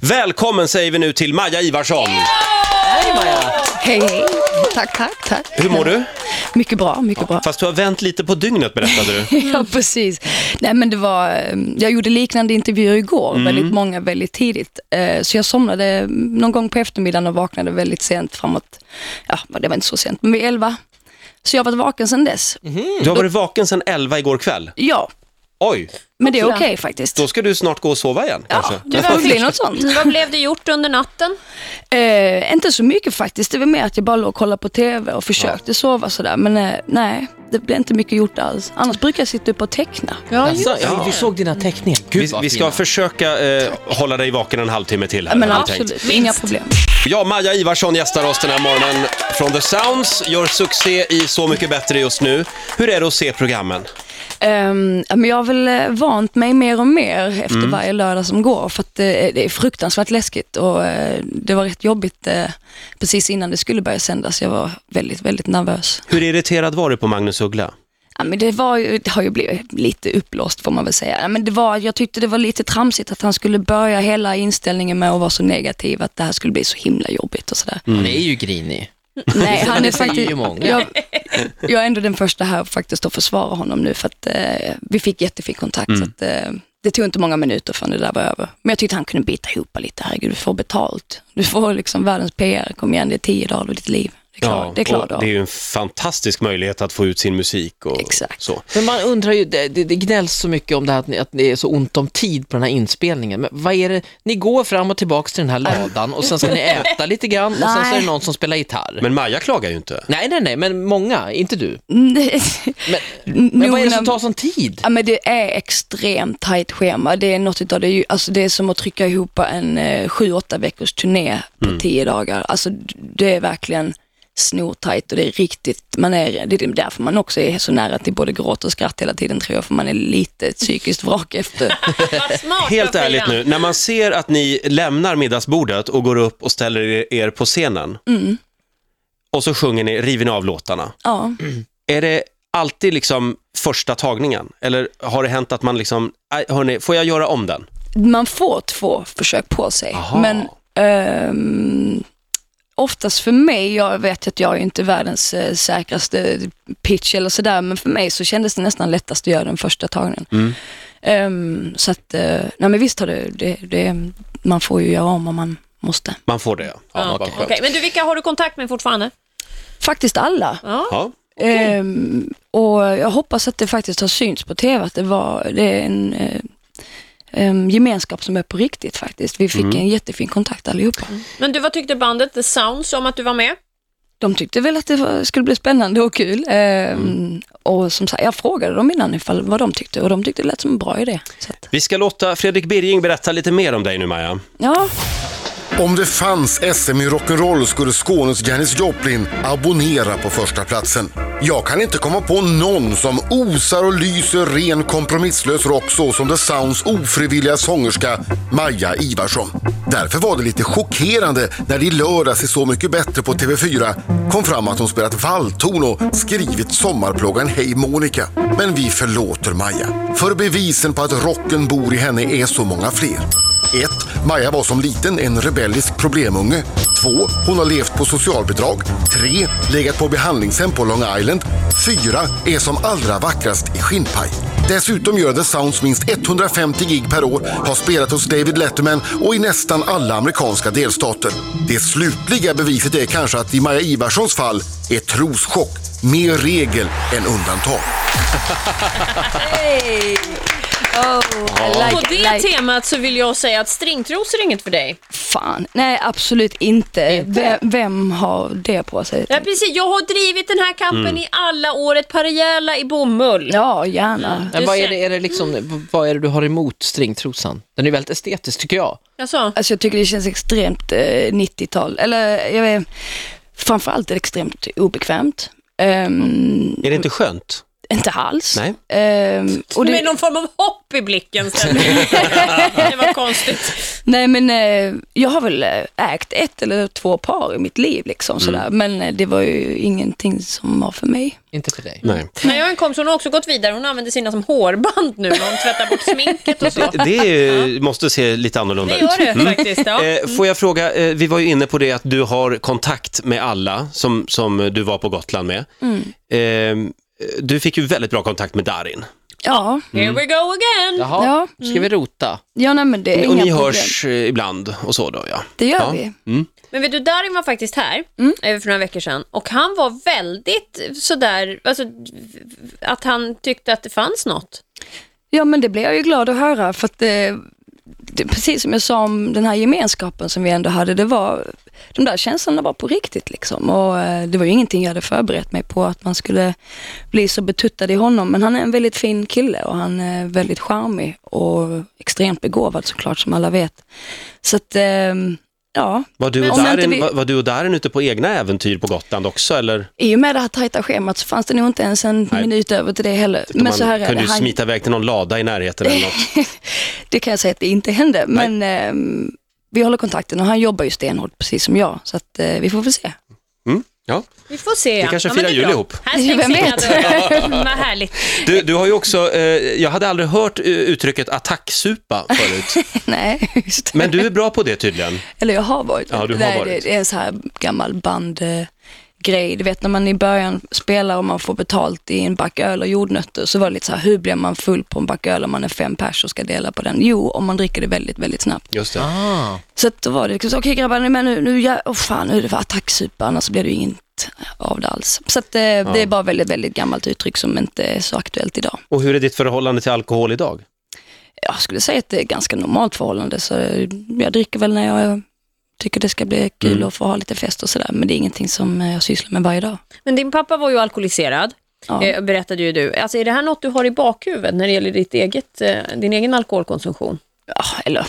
Välkommen säger vi nu till Maja Ivarsson. Hej Maja! Hej, hej. Tack, tack, tack. Hur mår du? Mycket bra, mycket bra. Fast du har vänt lite på dygnet berättade du. Ja, precis. Nej, men det var, eh, jag gjorde liknande intervjuer igår, väldigt många väldigt tidigt. Eh, Så jag somnade någon gång på eftermiddagen och vaknade väldigt sent framåt, ja, men det var inte så sent, men vid elva. Så jag har varit vaken sedan dess. Du har varit vaken sedan 11 igår kväll. Ja, Oj, men det är okej faktiskt. då ska du snart gå och sova igen Ja, kanske. det var väl något sånt. Mm, Vad blev det gjort under natten? Eh, inte så mycket faktiskt, det var mer att jag bara låg och kollade på TV och försökte sova sådär. Men eh, nej, det blev inte mycket gjort alls. Annars brukar jag sitta upp och teckna. Alltså, ja. Vi såg dina teckningar. Gud, Vi, vad vi ska fina. försöka eh, hålla dig vaken en halvtimme till här. Men hade vi tänkt. absolut, inga problem. Ja, Maja Ivarsson gästar oss den här morgonen från The Sounds, gör succé i Så mycket bättre just nu. Hur är det att se programmen? Ehm, ja, men jag har väl eh, vant mig mer och mer efter varje lördag som går för att eh, det är fruktansvärt läskigt och eh, det var rätt jobbigt eh, precis innan det skulle börja sändas. Jag var väldigt, väldigt nervös. Hur irriterad var du på Magnus Uggla? Ja, men det, var ju, det har ju blivit lite uppblåst får man väl säga. Ja, men det var, jag tyckte det var lite tramsigt att han skulle börja hela inställningen med att vara så negativ, att det här skulle bli så himla jobbigt och sådär. Han är ju grinig. Nej, Liksom. han är Det säger ju faktiskt... många. Jag, jag är ändå den första här faktiskt att försvara honom nu för att eh, vi fick jättefin kontakt. Så att, eh, det tog inte många minuter förrän det där var över. Men jag tyckte han kunde bita ihop lite. Herregud, du får betalt. Du får liksom världens PR. Kom igen, det är tio dagar av ditt liv. Det är klart. det är klart och det är ju en fantastisk möjlighet att få ut sin musik och Exakt. så. Men man undrar ju, det, det, det gnälls så mycket om det här att, ni, att det är så ont om tid på den här inspelningen. Men vad är det, ni går fram och tillbaka till den här ladan och sen ska ni äta lite grann och sen så är Nej. det någon som spelar gitarr. Men Maja klagar ju inte. Nej, nej, nej, men många, inte du. Men, men Men vad är det som tar sån tid? Ja, men det är extremt tajt schema. Det är något utav det, är ju- alltså det är som att trycka ihop en eh, sju, åtta veckors turné på tio dagar. Alltså d- det är verkligen snortajt och det är riktigt, man är, det är därför man också är så nära till både gråt och skratt hela tiden tror jag, för man är lite psykiskt vrak efter. Vad smart Helt av Frida. ärligt nu, när man ser att ni lämnar middagsbordet och går upp och ställer er- er på scenen och så sjunger ni River ni av låtarna. Ja. Är det alltid liksom första tagningen? Eller har det hänt att man liksom, "Aj, hörni, får jag göra om den? Man får två försök på sig, Aha. men ehm, oftast för mig, jag vet att jag är inte världens eh, säkraste pitch eller sådär, men för mig så kändes det nästan lättast att göra den första tagningen. Ehm, så att, eh, nej men visst har det, det, det, man får ju göra om om man måste. Man får det, ja. ja, vad Okej, skönt. men du, vilka har du kontakt med fortfarande? Faktiskt alla. Ja. Ja. Ehm, och jag hoppas att det faktiskt har synts på tv, att det, var, det är en eh, em, gemenskap som är på riktigt faktiskt. Vi fick en jättefin kontakt allihopa. Men du, vad tyckte bandet The Sounds om att du var med? De tyckte väl att det var- skulle bli spännande och kul. Ehm, Och som sagt, jag frågade dem innan ifall vad de tyckte och de tyckte det lät som en bra idé. Så att, Vi ska låta Fredrik Birging berätta lite mer om dig nu, Maja. ja, Om det fanns SM i rock'n'roll skulle Skånes Janis Joplin abonnera på första platsen. Jag kan inte komma på någon som osar och lyser ren kompromisslös rock så som The Sounds ofrivilliga sångerska Maja Ivarsson. Därför var det lite chockerande när det i lördags i Så mycket bättre på TV4 kom fram att hon spelat valthorn och skrivit sommarplågan Hej Monica. Men vi förlåter Maja, för bevisen på att rocken bor i henne är så många fler. 1. Maja var som liten en rebellisk problemunge. 2. Hon har levt på socialbidrag. 3. Legat på behandlingshem på Long Island. 4. Är som allra vackrast i skinnpaj. Dessutom gör The Sounds minst 150 gig per år, har spelat hos David Letterman och i nästan alla amerikanska delstater. Det slutliga beviset är kanske att i Maja Ivarssons fall är troschock mer regel än undantag. Oh, På det temat så vill jag säga att stringtrosor är inget för dig. fan. Nej, absolut inte. Vem, vem har det på sig? Ja, precis. Jag har drivit den här kampen Mm. i alla år, ett par rejäla i bomull. Ja, gärna. Men Du vad, är ser- det, är det liksom, vad är det du har emot stringtrosan? Den är väldigt estetisk tycker jag. Alltså, Alltså jag tycker det känns extremt eh, 90-tal. Eller jag vet, framförallt är det extremt obekvämt. Ehm, Är det inte skönt? Inte alls. Nej. Ehm, och det, Med någon form av hopp i blicken. ställde jag frågan. det var konstigt. Nej men eh, jag har väl eh, ägt ett eller två par i mitt liv liksom Mm. sådär. Men eh, det var ju ingenting som var för mig. Inte för dig. Nej. Nej, jag har en kompis, hon har också gått vidare. Hon använder sina som hårband nu. Hon tvättar bort sminket och så. Det, det är- måste se lite annorlunda Det ut. gör det faktiskt. Ja. Eh, Mm. får jag fråga, eh, vi var ju inne på det att du har kontakt med alla som, som du var på Gotland med. Mm. Eh, du fick ju väldigt bra kontakt med Darin. Ja, Here we go again. Jaha, Ja. ska vi rota? ja nej men det är och inga ni problem. hörs eh, ibland och så då ja. Det gör Ja. vi. Men vet du, Darin var faktiskt här Mm. eh, för några veckor sedan och han var väldigt sådär, alltså att han tyckte att det fanns något. Ja men det blir jag ju glad att höra för att det, det, precis som jag sa om den här gemenskapen som vi ändå hade, det var, de där känslorna var på riktigt liksom och eh, det var ju ingenting jag hade förberett mig på att man skulle bli så betuttad i honom men han är en väldigt fin kille och han är väldigt charmig och extremt begåvad såklart som alla vet. Så att, ehm, ja, Var du, och Om jag inte Darin, vill- var, var du och Darin ute på egna äventyr på Gotland också eller? i och med det här tajta schemat så fanns det nog inte ens en Nej. minut över till det heller. Utan Men så här man är det. kunde ju Han- smita iväg till någon lada i närheten eller något. Det kan jag säga att det inte hände, men ehm, vi håller kontakten och han jobbar ju stenhårt precis som jag, så att, eh, vi får väl se. Mm, ja. Vi får se. Vi kanske ja, men firar det är jul bra. ihop. Här stängs Vem inga vet? dörrar. Vad härligt. du, du har ju också, eh, jag hade aldrig hört eh, uttrycket attacksupa förut, Nej, just det. men du är bra på det tydligen. Eller jag har varit. Ja, du har Nej, varit. Det, det är en så här gammal bandgrej. grej. du vet när man i början spelar och man får betalt i en back öl och jordnötter så var det lite så här, hur blir man full på en back öl om man är fem pers och ska dela på den? Jo, om man dricker det väldigt, väldigt snabbt. Just det. Ah. Så att då var det liksom, så, okej grabbar, nu- men nu, nu, ja, oh fan, nu är det för attacksupa, annars blir det ju inget av det alls. Så att, eh, det är bara väldigt, väldigt gammalt uttryck som inte är så aktuellt idag. Och hur är ditt förhållande till alkohol idag? Jag skulle säga att det är ett ganska normalt förhållande, så jag dricker väl när jag tycker det ska bli kul och få ha lite fest och sådär, men det är ingenting som eh, jag sysslar med varje dag. Men din pappa var ju alkoholiserad, Ja. eh, berättade ju du. Alltså, är det här något du har i bakhuvudet när det gäller ditt eget, eh, din egen alkoholkonsumtion? ja, eller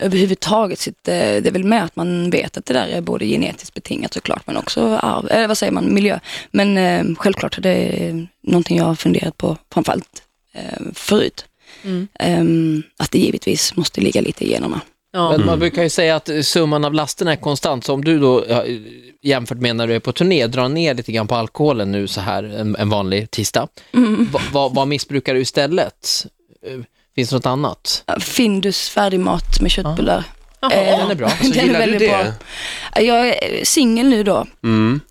överhuvudtaget, sitt, eh, det är väl med att man vet att det där är både genetiskt betingat såklart, men också arv, eller vad säger man, miljö. Men eh, självklart är det någonting jag har funderat på framförallt eh, förut. Ehm, att det givetvis måste ligga lite i generna. Ja. Men man brukar ju säga att summan av lasterna är konstant, så om du då ja, jämfört med när du är på turné drar ner lite grann på alkoholen nu så här en, en vanlig tisdag, Mm. va, va, vad missbrukar du istället? Eh, Finns det något annat? Findus färdigmat med köttbullar. Eh, Den är bra. Alltså, gillar du väldigt det? Mm. bra. Eh, Jag är singel nu då.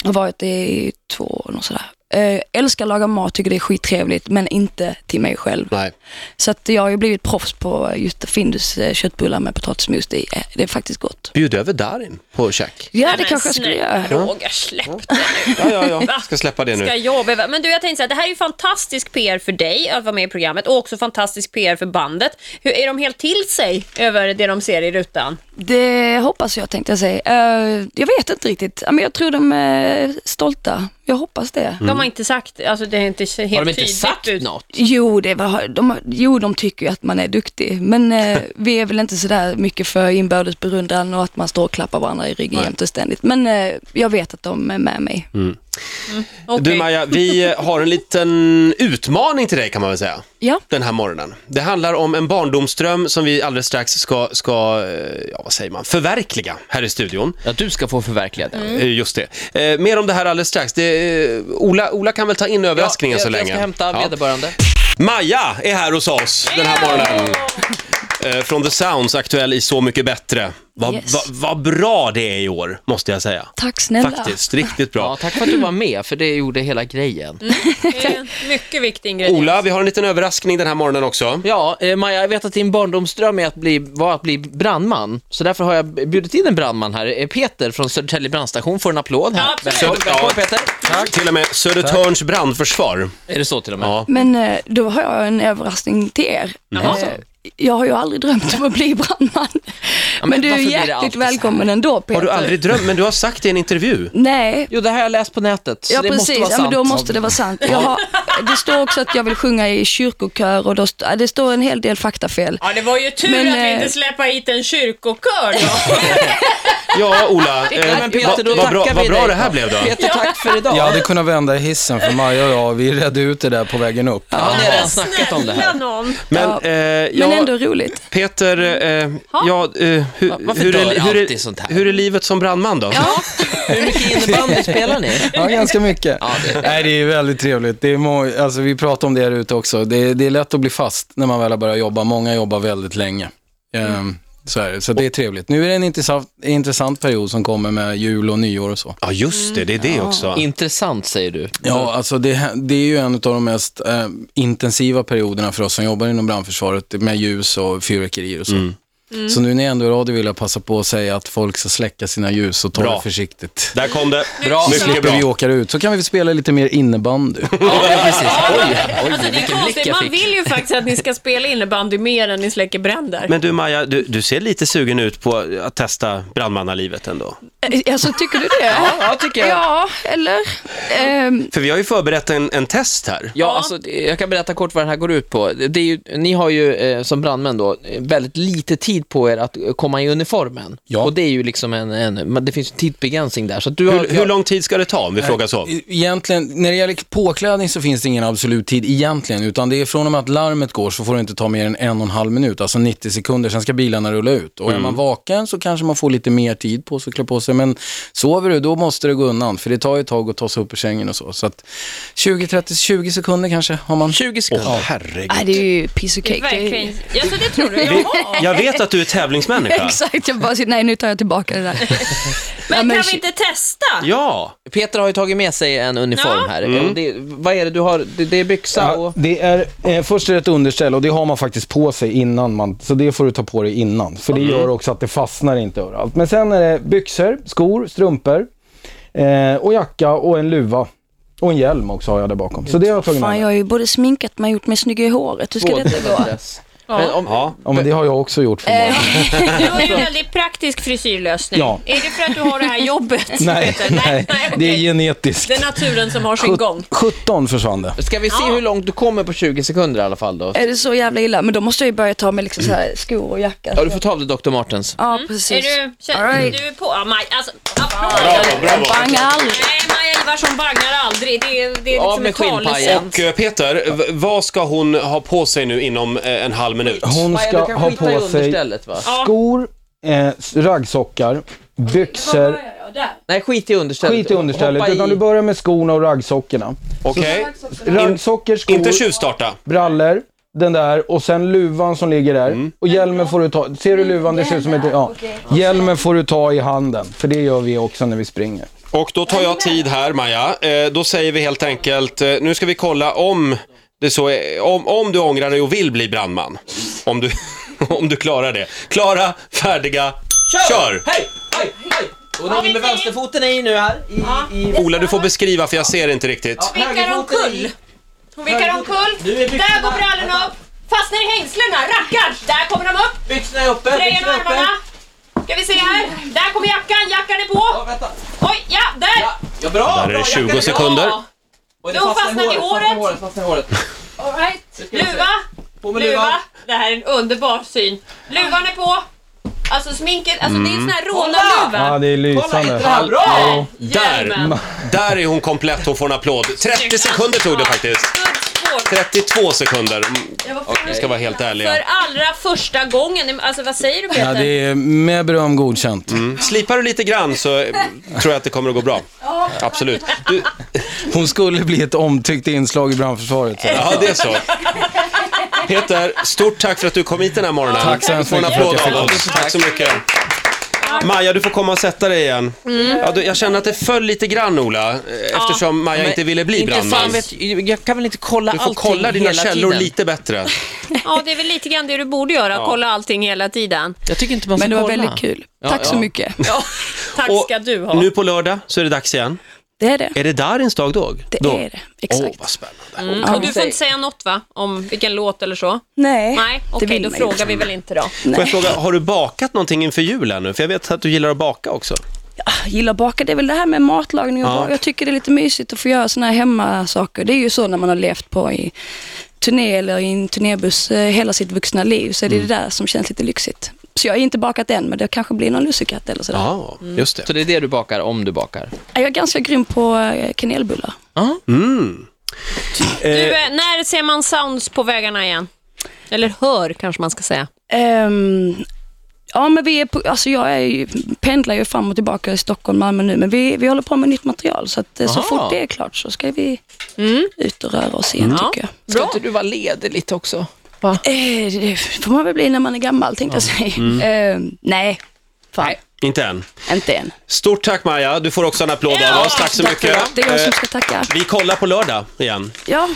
Har varit i två år och sådär. Eh, älskar att laga mat, tycker det är skittrevligt, men inte till mig själv. Nej. Så att jag har ju blivit proffs på just Findus eh, köttbullar med potatismos. Det är, det är faktiskt gott. Bjud över Darin på käk. Ja, det Men kanske jag skulle snälla göra. Roger, släpp det. Ja, ja, ja. Va? Ska släppa det Ska nu. jag behöva... Men du, jag tänkte så här, det här är ju fantastisk PR för dig att vara med i programmet och också fantastisk PR för bandet. Hur är de helt till sig över det de ser i rutan? Det hoppas jag tänkte jag säga. Eh, jag vet inte riktigt. Ja, Men jag tror de är stolta. Jag hoppas det. De har inte sagt, alltså det är inte helt Har de inte tydligt sagt ut. något? Jo, det var, de, jo, de tycker ju att man är duktig, men eh, vi är väl inte sådär mycket för inbördes berundran och att man står och klappar varandra i ryggen jämt och ständigt. Men eh, jag vet att de är med mig. Mm. Okej. Du Maja, vi eh, har en liten utmaning till dig kan man väl säga. Ja, Den här morgonen. Det handlar om en barndomsdröm som vi alldeles strax ska, ska eh, ja vad säger man, förverkliga här i studion. Ja, du ska få förverkliga Mm. den. Eh, Just det. Eh, mer om det här alldeles strax. Det, eh, Ola, Ola kan väl ta in överraskningen jag, så länge. Jag ska hämta Ja. vederbörande. Maja är här hos oss den här morgonen. Eh, Från The Sounds, aktuell i Så mycket bättre. Vad Yes. va, vad bra det är i år, måste jag säga. tack snälla. Faktiskt, riktigt Ja, bra. tack för att du var med, för det gjorde hela grejen. Mm. Det är en mycket viktig ingrediens. Ola, vi har en liten överraskning den här morgonen också. Ja, eh, Maja, jag vet att din barndomsdröm är att bli, var att bli brandman, så därför har jag bjudit in en brandman här. Eh, Peter från Södertälje brandstation får en applåd här. Ja, absolut. Välkommen, välkommen, Peter. Till och med Södertörns brandförsvar. Är det så till och med? Ja. Men eh, då har jag en överraskning till er. Jaha. Eh, jag har ju aldrig drömt om att bli brandman. men men, du är varför blir det alltid hjärtligt så här? välkommen ändå Peter. Har du aldrig drömt, men du har sagt det i en intervju. Nej, Jo, det här har jag läst på nätet, så ja det måste precis, vara sant. ja, men då måste det vara sant. Jag har, det står också att jag vill sjunga i kyrkokör och då, st- ja, det står en hel del faktafel. Ja, det var ju tur Men, att vi eh, inte släppa hit en kyrkokör då. Ja, Ola. eh, Ja, Eh, men Peter, då vad, vad bra, tackar vad vi bra dig det här då. blev då. Peter, tack för idag. Jag hade kunnat vända i hissen för Maja och jag, vi redde ut det där på vägen upp. Ja, ni har redan snackat om det här. någon. Men, Ja, eh, Men ja, ändå roligt. Peter, eh, ja, eh, hur, varför hur, dör är, hur, alltid sånt här? är, hur är livet som brandman då? Hur mycket innebandy spelar ni? Ja, ganska mycket. Nej, det är väldigt trevligt. Det är må- alltså, vi pratar om det här ute också. Det är, det är lätt att bli fast när man väl har börjat jobba. Många jobbar väldigt länge. Ehm, så, är det. så det är trevligt. Nu är det en intressant, intressant period som kommer med jul och nyår och så. Ja, just det, det är det Mm. också. Intressant, säger du. Ja, alltså det, det är ju en av de mest eh, intensiva perioderna för oss som jobbar inom brandförsvaret med ljus och fyrverkerier och så. Så nu när jag ändå är i radio vill jag passa på att säga att folk ska släcka sina ljus och ta Bra. det försiktigt. Där kom det. Bra. Mycket Slipper bra. vi åka ut, så kan vi spela lite mer innebandy. Ja, precis. Oj, Alltså, oj, det är vilken blick konstigt. jag Man fick. vill ju faktiskt att ni ska spela innebandy mer än ni släcker bränder. Men du Maja, du, du ser lite sugen ut på att testa brandmannalivet ändå. Eh, Alltså tycker du det? Ja, ja, tycker jag. Ja, eller? Ehm, För vi har ju förberett en, en test här. Ja, alltså, det- jag kan berätta kort vad det här går ut på. Det är ju, ni har ju eh, som brandmän då eh, väldigt lite tid på er att eh, komma i uniformen. Ja. Och det är ju liksom en, en men det finns en tidsbegränsning där. Så att du har, Hur, hur lång tid ska det ta om vi frågar så? Egentligen, när det gäller påklädning så finns det ingen absolut tid egentligen, utan det är från och med att larmet går så får det inte ta mer än en och en halv minut, alltså 90 sekunder, sen ska bilarna rulla ut. Och är man vaken så kanske man får lite mer tid på sig att klä på sig, men sover du då måste det gå undan, för det tar ju ett tag att ta sig upp ur sängen och så. Så att 20, 30, 20 sekunder kanske har man. 20 sekunder. herregud. nej, det är ju piece of cake. Det är, Verkligen. Ja, så det tror du? Jaha. Jag vet att du är tävlingsmänniska. exakt, jag bara, sitter- nej nu tar jag tillbaka det där. Ja, Men men kan shit. vi inte testa? Ja, Peter har ju tagit med sig en uniform Ja. här. Och det, vad är det du har? Det, det är byxa och... det är, eh, först är det ett underställ och det har man faktiskt på sig innan man, så det får du ta på dig innan. För det gör också att det fastnar inte överallt. Men sen är det byxor, skor, strumpor eh, och jacka och en luva. Och en hjälm också har jag där bakom. Så det har jag tagit med Fan, mig. jag har ju både sminkat mig och gjort mig snygg i håret. Hur ska detta gå? Våtdress. Men om, ja. Ja, men det har jag också gjort för mig. Du har ju en väldigt praktisk frisyrlösning. Alltså- Ja. Är det för att du har det här jobbet? nej, Peter? nej, det är okej. genetiskt. Det är naturen som har sin Sjut- gång. 17 försvann det. Ska vi se hur långt du kommer på 20 sekunder i alla fall då? Är det så jävla illa? Men då måste jag ju börja ta med liksom så här skor och jacka. Ja, du får ta av dig Dr. Martens. Ja, precis. Är du, känner, All right. du är på? Ja, Maj, alltså, applåder. Bravo, bravo. Bangar aldrig. Nej, Maja Ivarsson bangar aldrig. Det är, det är liksom Av med ett talesätt. skinnpajen. Och eh, Peter, v- vad ska hon ha på sig nu inom eh, en halv minut? Hon Maja, du ska kan ha skita i på sig understället va? skor, eh, raggsockar, byxor, Nej, skit i understället. skit i understället, Hoppa i. utan du börjar med skorna och raggsockorna. Okej, Raggsockor, skor, inte tjuvstarta. brallor, den där och sen luvan som ligger där. Och hjälmen får du ta, ser du luvan? Det ser ut som ett, ja. Hjälmen får du ta i handen, för det gör vi också när vi springer. Och då tar jag tid här, Maja. Eh, då säger vi helt enkelt, eh, nu ska vi kolla om, det så är, om, om du ångrar dig och vill bli brandman. Om du, om du klarar det. Klara, färdiga, kör! Hej! Hej! Hej! Och den in med vänsterfoten är i nu här. I, i... Ola, du får beskriva för jag ser inte riktigt. Vickar omkull. Hon vickar omkull. Nu är byxorna- Där går brallorna upp. Fastnar i hängslena. Rackarns! Där kommer de upp. Byxorna är uppe, Grejer med byxorna är uppe. armarna. Ska vi se här. Där kommer jackan. Jackan är på. Ja, vänta. Oj, ja, där! Ja, ja, bra! Där är bra, det 20 jackan är bra. sekunder. Oj, det Då fastnar vi i fastnar i håret. håret, fastnar i håret. All right. vi se. Luva. På med luvan. Luva. Det här är en underbar syn. Luvan är på. Alltså sminket, alltså det är en sån här rånarluva. det är Mm. Kolla, inte det här bra? Ja. Där! Hjälmen. Där är hon komplett, hon får en applåd. 30 sekunder tog det faktiskt. Good sport. 32 sekunder, Mm, Jag var vi ska vara helt För ärliga. allra första gången, alltså vad säger du Peter? Ja, det är med beröm godkänt. Mm. Slipar du lite grann så eh, tror jag att det kommer att gå bra. Absolut. Du, Hon skulle bli ett omtyckt inslag i brandförsvaret. Så. ja, det är så. Peter, stort tack för att du kom hit den här morgonen. Tack så hemskt Du får en mycket för att applåd jag fick av oss. Tack så mycket. Maja, du får komma och sätta dig igen. Mm. Ja, du, jag känner att det föll lite grann, Ola, eh, eftersom Maja inte ville bli Inte brandman. fan vet, jag kan väl inte kolla Du får allting kolla dina hela källor tiden. lite bättre. Ja, det är väl lite grann det du borde göra, kolla allting hela tiden. Jag tycker inte man ska Men det kolla. var väldigt kul. Tack så ja. mycket. Tack Och ska du ha. Nu på lördag så är det dags igen. Det är det. Är det Darins dag dog? Det då? är det. Åh, Exakt. vad spännande. Mm. Ja. Och du får inte säga något va? Om vilken låt eller så? Nej, Nej, det okej, vill då man ju frågar inte. vi väl inte då. Får jag Nej. fråga, har du bakat någonting inför julen nu? För jag vet att du gillar att baka också. Jag gillar att baka, det är väl det här med matlagning och Ja. bak- Jag tycker det är lite mysigt att få göra sådana här hemmasaker. Det är ju så när man har levt på i turné eller i en turnébuss eh, hela sitt vuxna liv, så är Mm. det det där som känns lite lyxigt. Så jag har inte bakat än, men det kanske blir någon lussekatt eller sådär. Ja, just det. Så det är det du bakar om du bakar? Jag är ganska grym på eh, kanelbullar. Ja. Du, eh, när ser man sounds på vägarna igen? Eller hör kanske man ska säga. Ehm, ja, men vi är på, alltså jag är ju, pendlar ju fram och tillbaka i Stockholm, Malmö nu, men vi, vi håller på med nytt material, så att eh, så Aha. fort det är klart så ska vi ut och röra oss igen, tycker jag. Ska inte du vara ledig lite också? Va? Eh, det får man väl bli när man är gammal tänkte jag säga. Mm. Eh, nej, fan, Mm. Inte än. inte än. Stort tack Maja, du får också en applåd av oss. Tack så mycket. Det är jag som Eh, ska tacka. Vi kollar på lördag igen. Ja,